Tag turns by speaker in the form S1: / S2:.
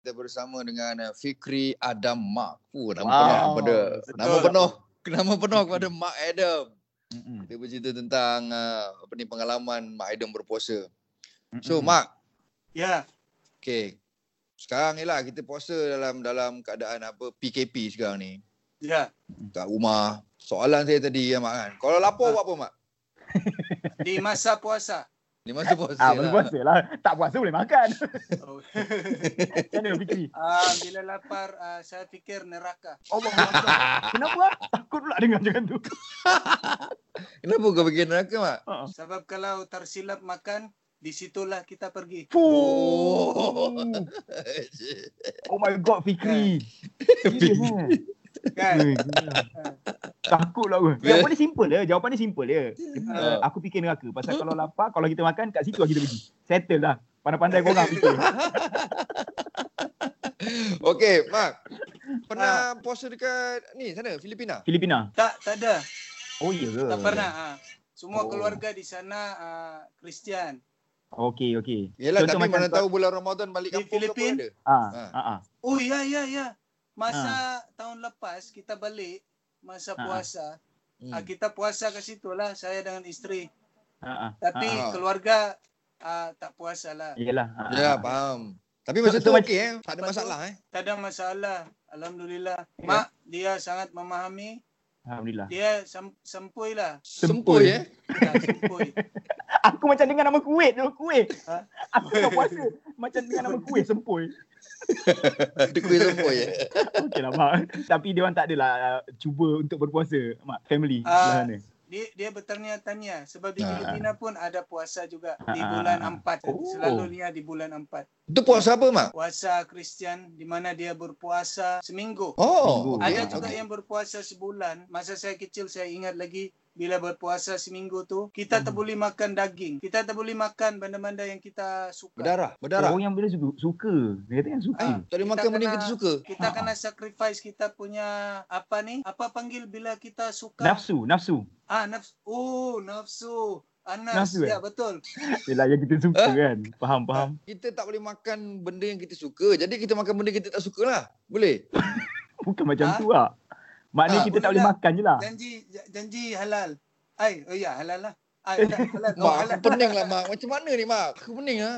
S1: kita bersama dengan uh, Fikri Adam Mak. Uh, nama
S2: Wow.
S1: penuh kepada
S2: Betul.
S1: nama penuh nama penuh kepada Mak Adam.
S2: Mm-mm.
S1: Dia bercerita tentang uh, apa ni pengalaman Mak Adam berpuasa. So
S2: Mm-mm.
S1: Mak,
S3: Ya,
S1: okay. Sekarang ni lah kita puasa dalam dalam keadaan apa PKP sekarang ni.
S3: ya.
S1: Kat rumah. Soalan saya tadi ya Mak kan. Kalau lapar
S3: Ah.
S1: buat apa Mak?
S3: Di masa puasa.
S1: Di masa puasa. Ah,
S2: Ah, boleh puasa lah. Tak puasa boleh makan.
S3: Oh.
S2: Macam mana fikri?
S3: Ah, bila lapar, ah, saya fikir neraka.
S2: Allah Allah. Kenapa? ah? Takut pula dengar macam tu.
S1: Kenapa kau pergi neraka Mak?
S2: Ah.
S3: Sebab kalau tersilap makan, di situlah kita pergi.
S2: Fuh. Oh my god Fikri. Serius, eh?
S3: Kan?
S2: Eh, gila. Takut lah aku.
S1: Bila-
S2: Jawapan dia simple je. Jawapan dia simple je.
S1: Ah.
S2: Uh, aku fikir neraka. Pasal kalau lapar, kalau kita makan, kat situ lah kita pergi. Settle lah. Pandai-pandai korang fikir.
S1: Okay Mak.
S2: Ah.
S1: Pernah puasa dekat ni sana Filipina?
S2: Filipina.
S3: Tak, tak ada.
S2: Oh iya ke?
S3: Tak pernah. ah.
S1: Oh.
S3: Semua keluarga di sana ah, Kristian.
S2: Okey, okey.
S1: Yelah
S2: Contoh
S1: tapi
S2: macam
S1: mana
S2: kau-
S1: tahu bulan Ramadan balik
S3: Di
S1: kampung ke apa
S3: Filipin?
S1: ada.
S2: Ah,
S1: Ah.
S2: ah, ah.
S3: Oh, ya, ya, ya. Masa tahun lepas, kita balik.
S2: Ah.
S3: Masa puasa.
S1: Hmm.
S3: Ah, kita puasa ke situ lah, saya dengan isteri.
S2: Ah, ah.
S3: Tapi
S2: Ah, ah.
S1: Ah.
S3: keluarga ah, tak puasa lah.
S2: Yelah. ah, ah.
S1: Ya, faham. Tapi masa tu
S2: So- so
S1: okey eh. Tak ada
S3: Lepas tu-
S1: masalah eh.
S3: Tak ada masalah. Alhamdulillah.
S2: Ya.
S3: Mak, dia sangat memahami.
S2: Alhamdulillah.
S3: Dia sem- sempoi lah.
S1: Sempoi
S2: Sempoi.
S1: eh.
S3: Ya, sempoi.
S2: Aku macam dengar nama kuih tu, kuih.
S3: Ha?
S2: Aku tak puasa. Macam dengar nama kuih sempoi.
S1: Ada kuih sempoi eh.
S2: Okey lah Mak. Tapi dia orang tak adalah uh, cuba untuk berpuasa, Mak. Family uh,
S3: Ah.
S2: sana.
S3: Dia, dia bertanya-tanya. Sebab di
S1: Ah.
S3: Filipina pun ada puasa juga. Di
S2: Ah.
S3: bulan empat.
S2: Oh.
S3: Selalunya di bulan empat.
S1: Itu puasa apa mak?
S3: Puasa Kristian di mana dia berpuasa
S1: Oh,
S3: seminggu.
S2: Minggu.
S1: okey,
S3: Ada juga
S1: okey.
S2: ya.
S3: yang berpuasa sebulan. Masa saya kecil saya ingat lagi bila berpuasa seminggu tu kita tak
S2: Hmm.
S3: boleh makan daging. Kita tak boleh makan benda-benda yang kita suka.
S1: berdarah, berdarah.
S2: Oh, yang bila suka. suka. Dia kata kan suka.
S1: Eh, tak boleh makan
S3: Kita
S1: benda yang
S3: kena-
S1: kita suka.
S3: Kita
S2: Ah.
S3: kena sacrifice kita punya apa ni? Apa panggil bila kita suka?
S2: Nafsu, nafsu.
S3: Ah, nafsu. Oh, nafsu. Anas.
S2: Nafsu,
S3: Nafsu,
S2: eh?
S3: ya, betul.
S2: Yelah yang kita suka
S1: Ah.
S2: kan. Faham, faham.
S1: Kita tak boleh makan benda yang kita suka. Jadi kita makan benda kita tak suka lah. Boleh?
S2: Bukan macam
S3: Ah.
S2: tu lah. Maknanya
S1: Ah,
S2: kita tak boleh
S3: boleh lah.
S2: makan je lah.
S3: Janji janji halal. Ai, oh ya, halal lah. Ai, tak, halal. Oh,
S1: Mak,
S3: halal.
S1: aku pening lah mak. Macam mana ni mak? Aku pening lah.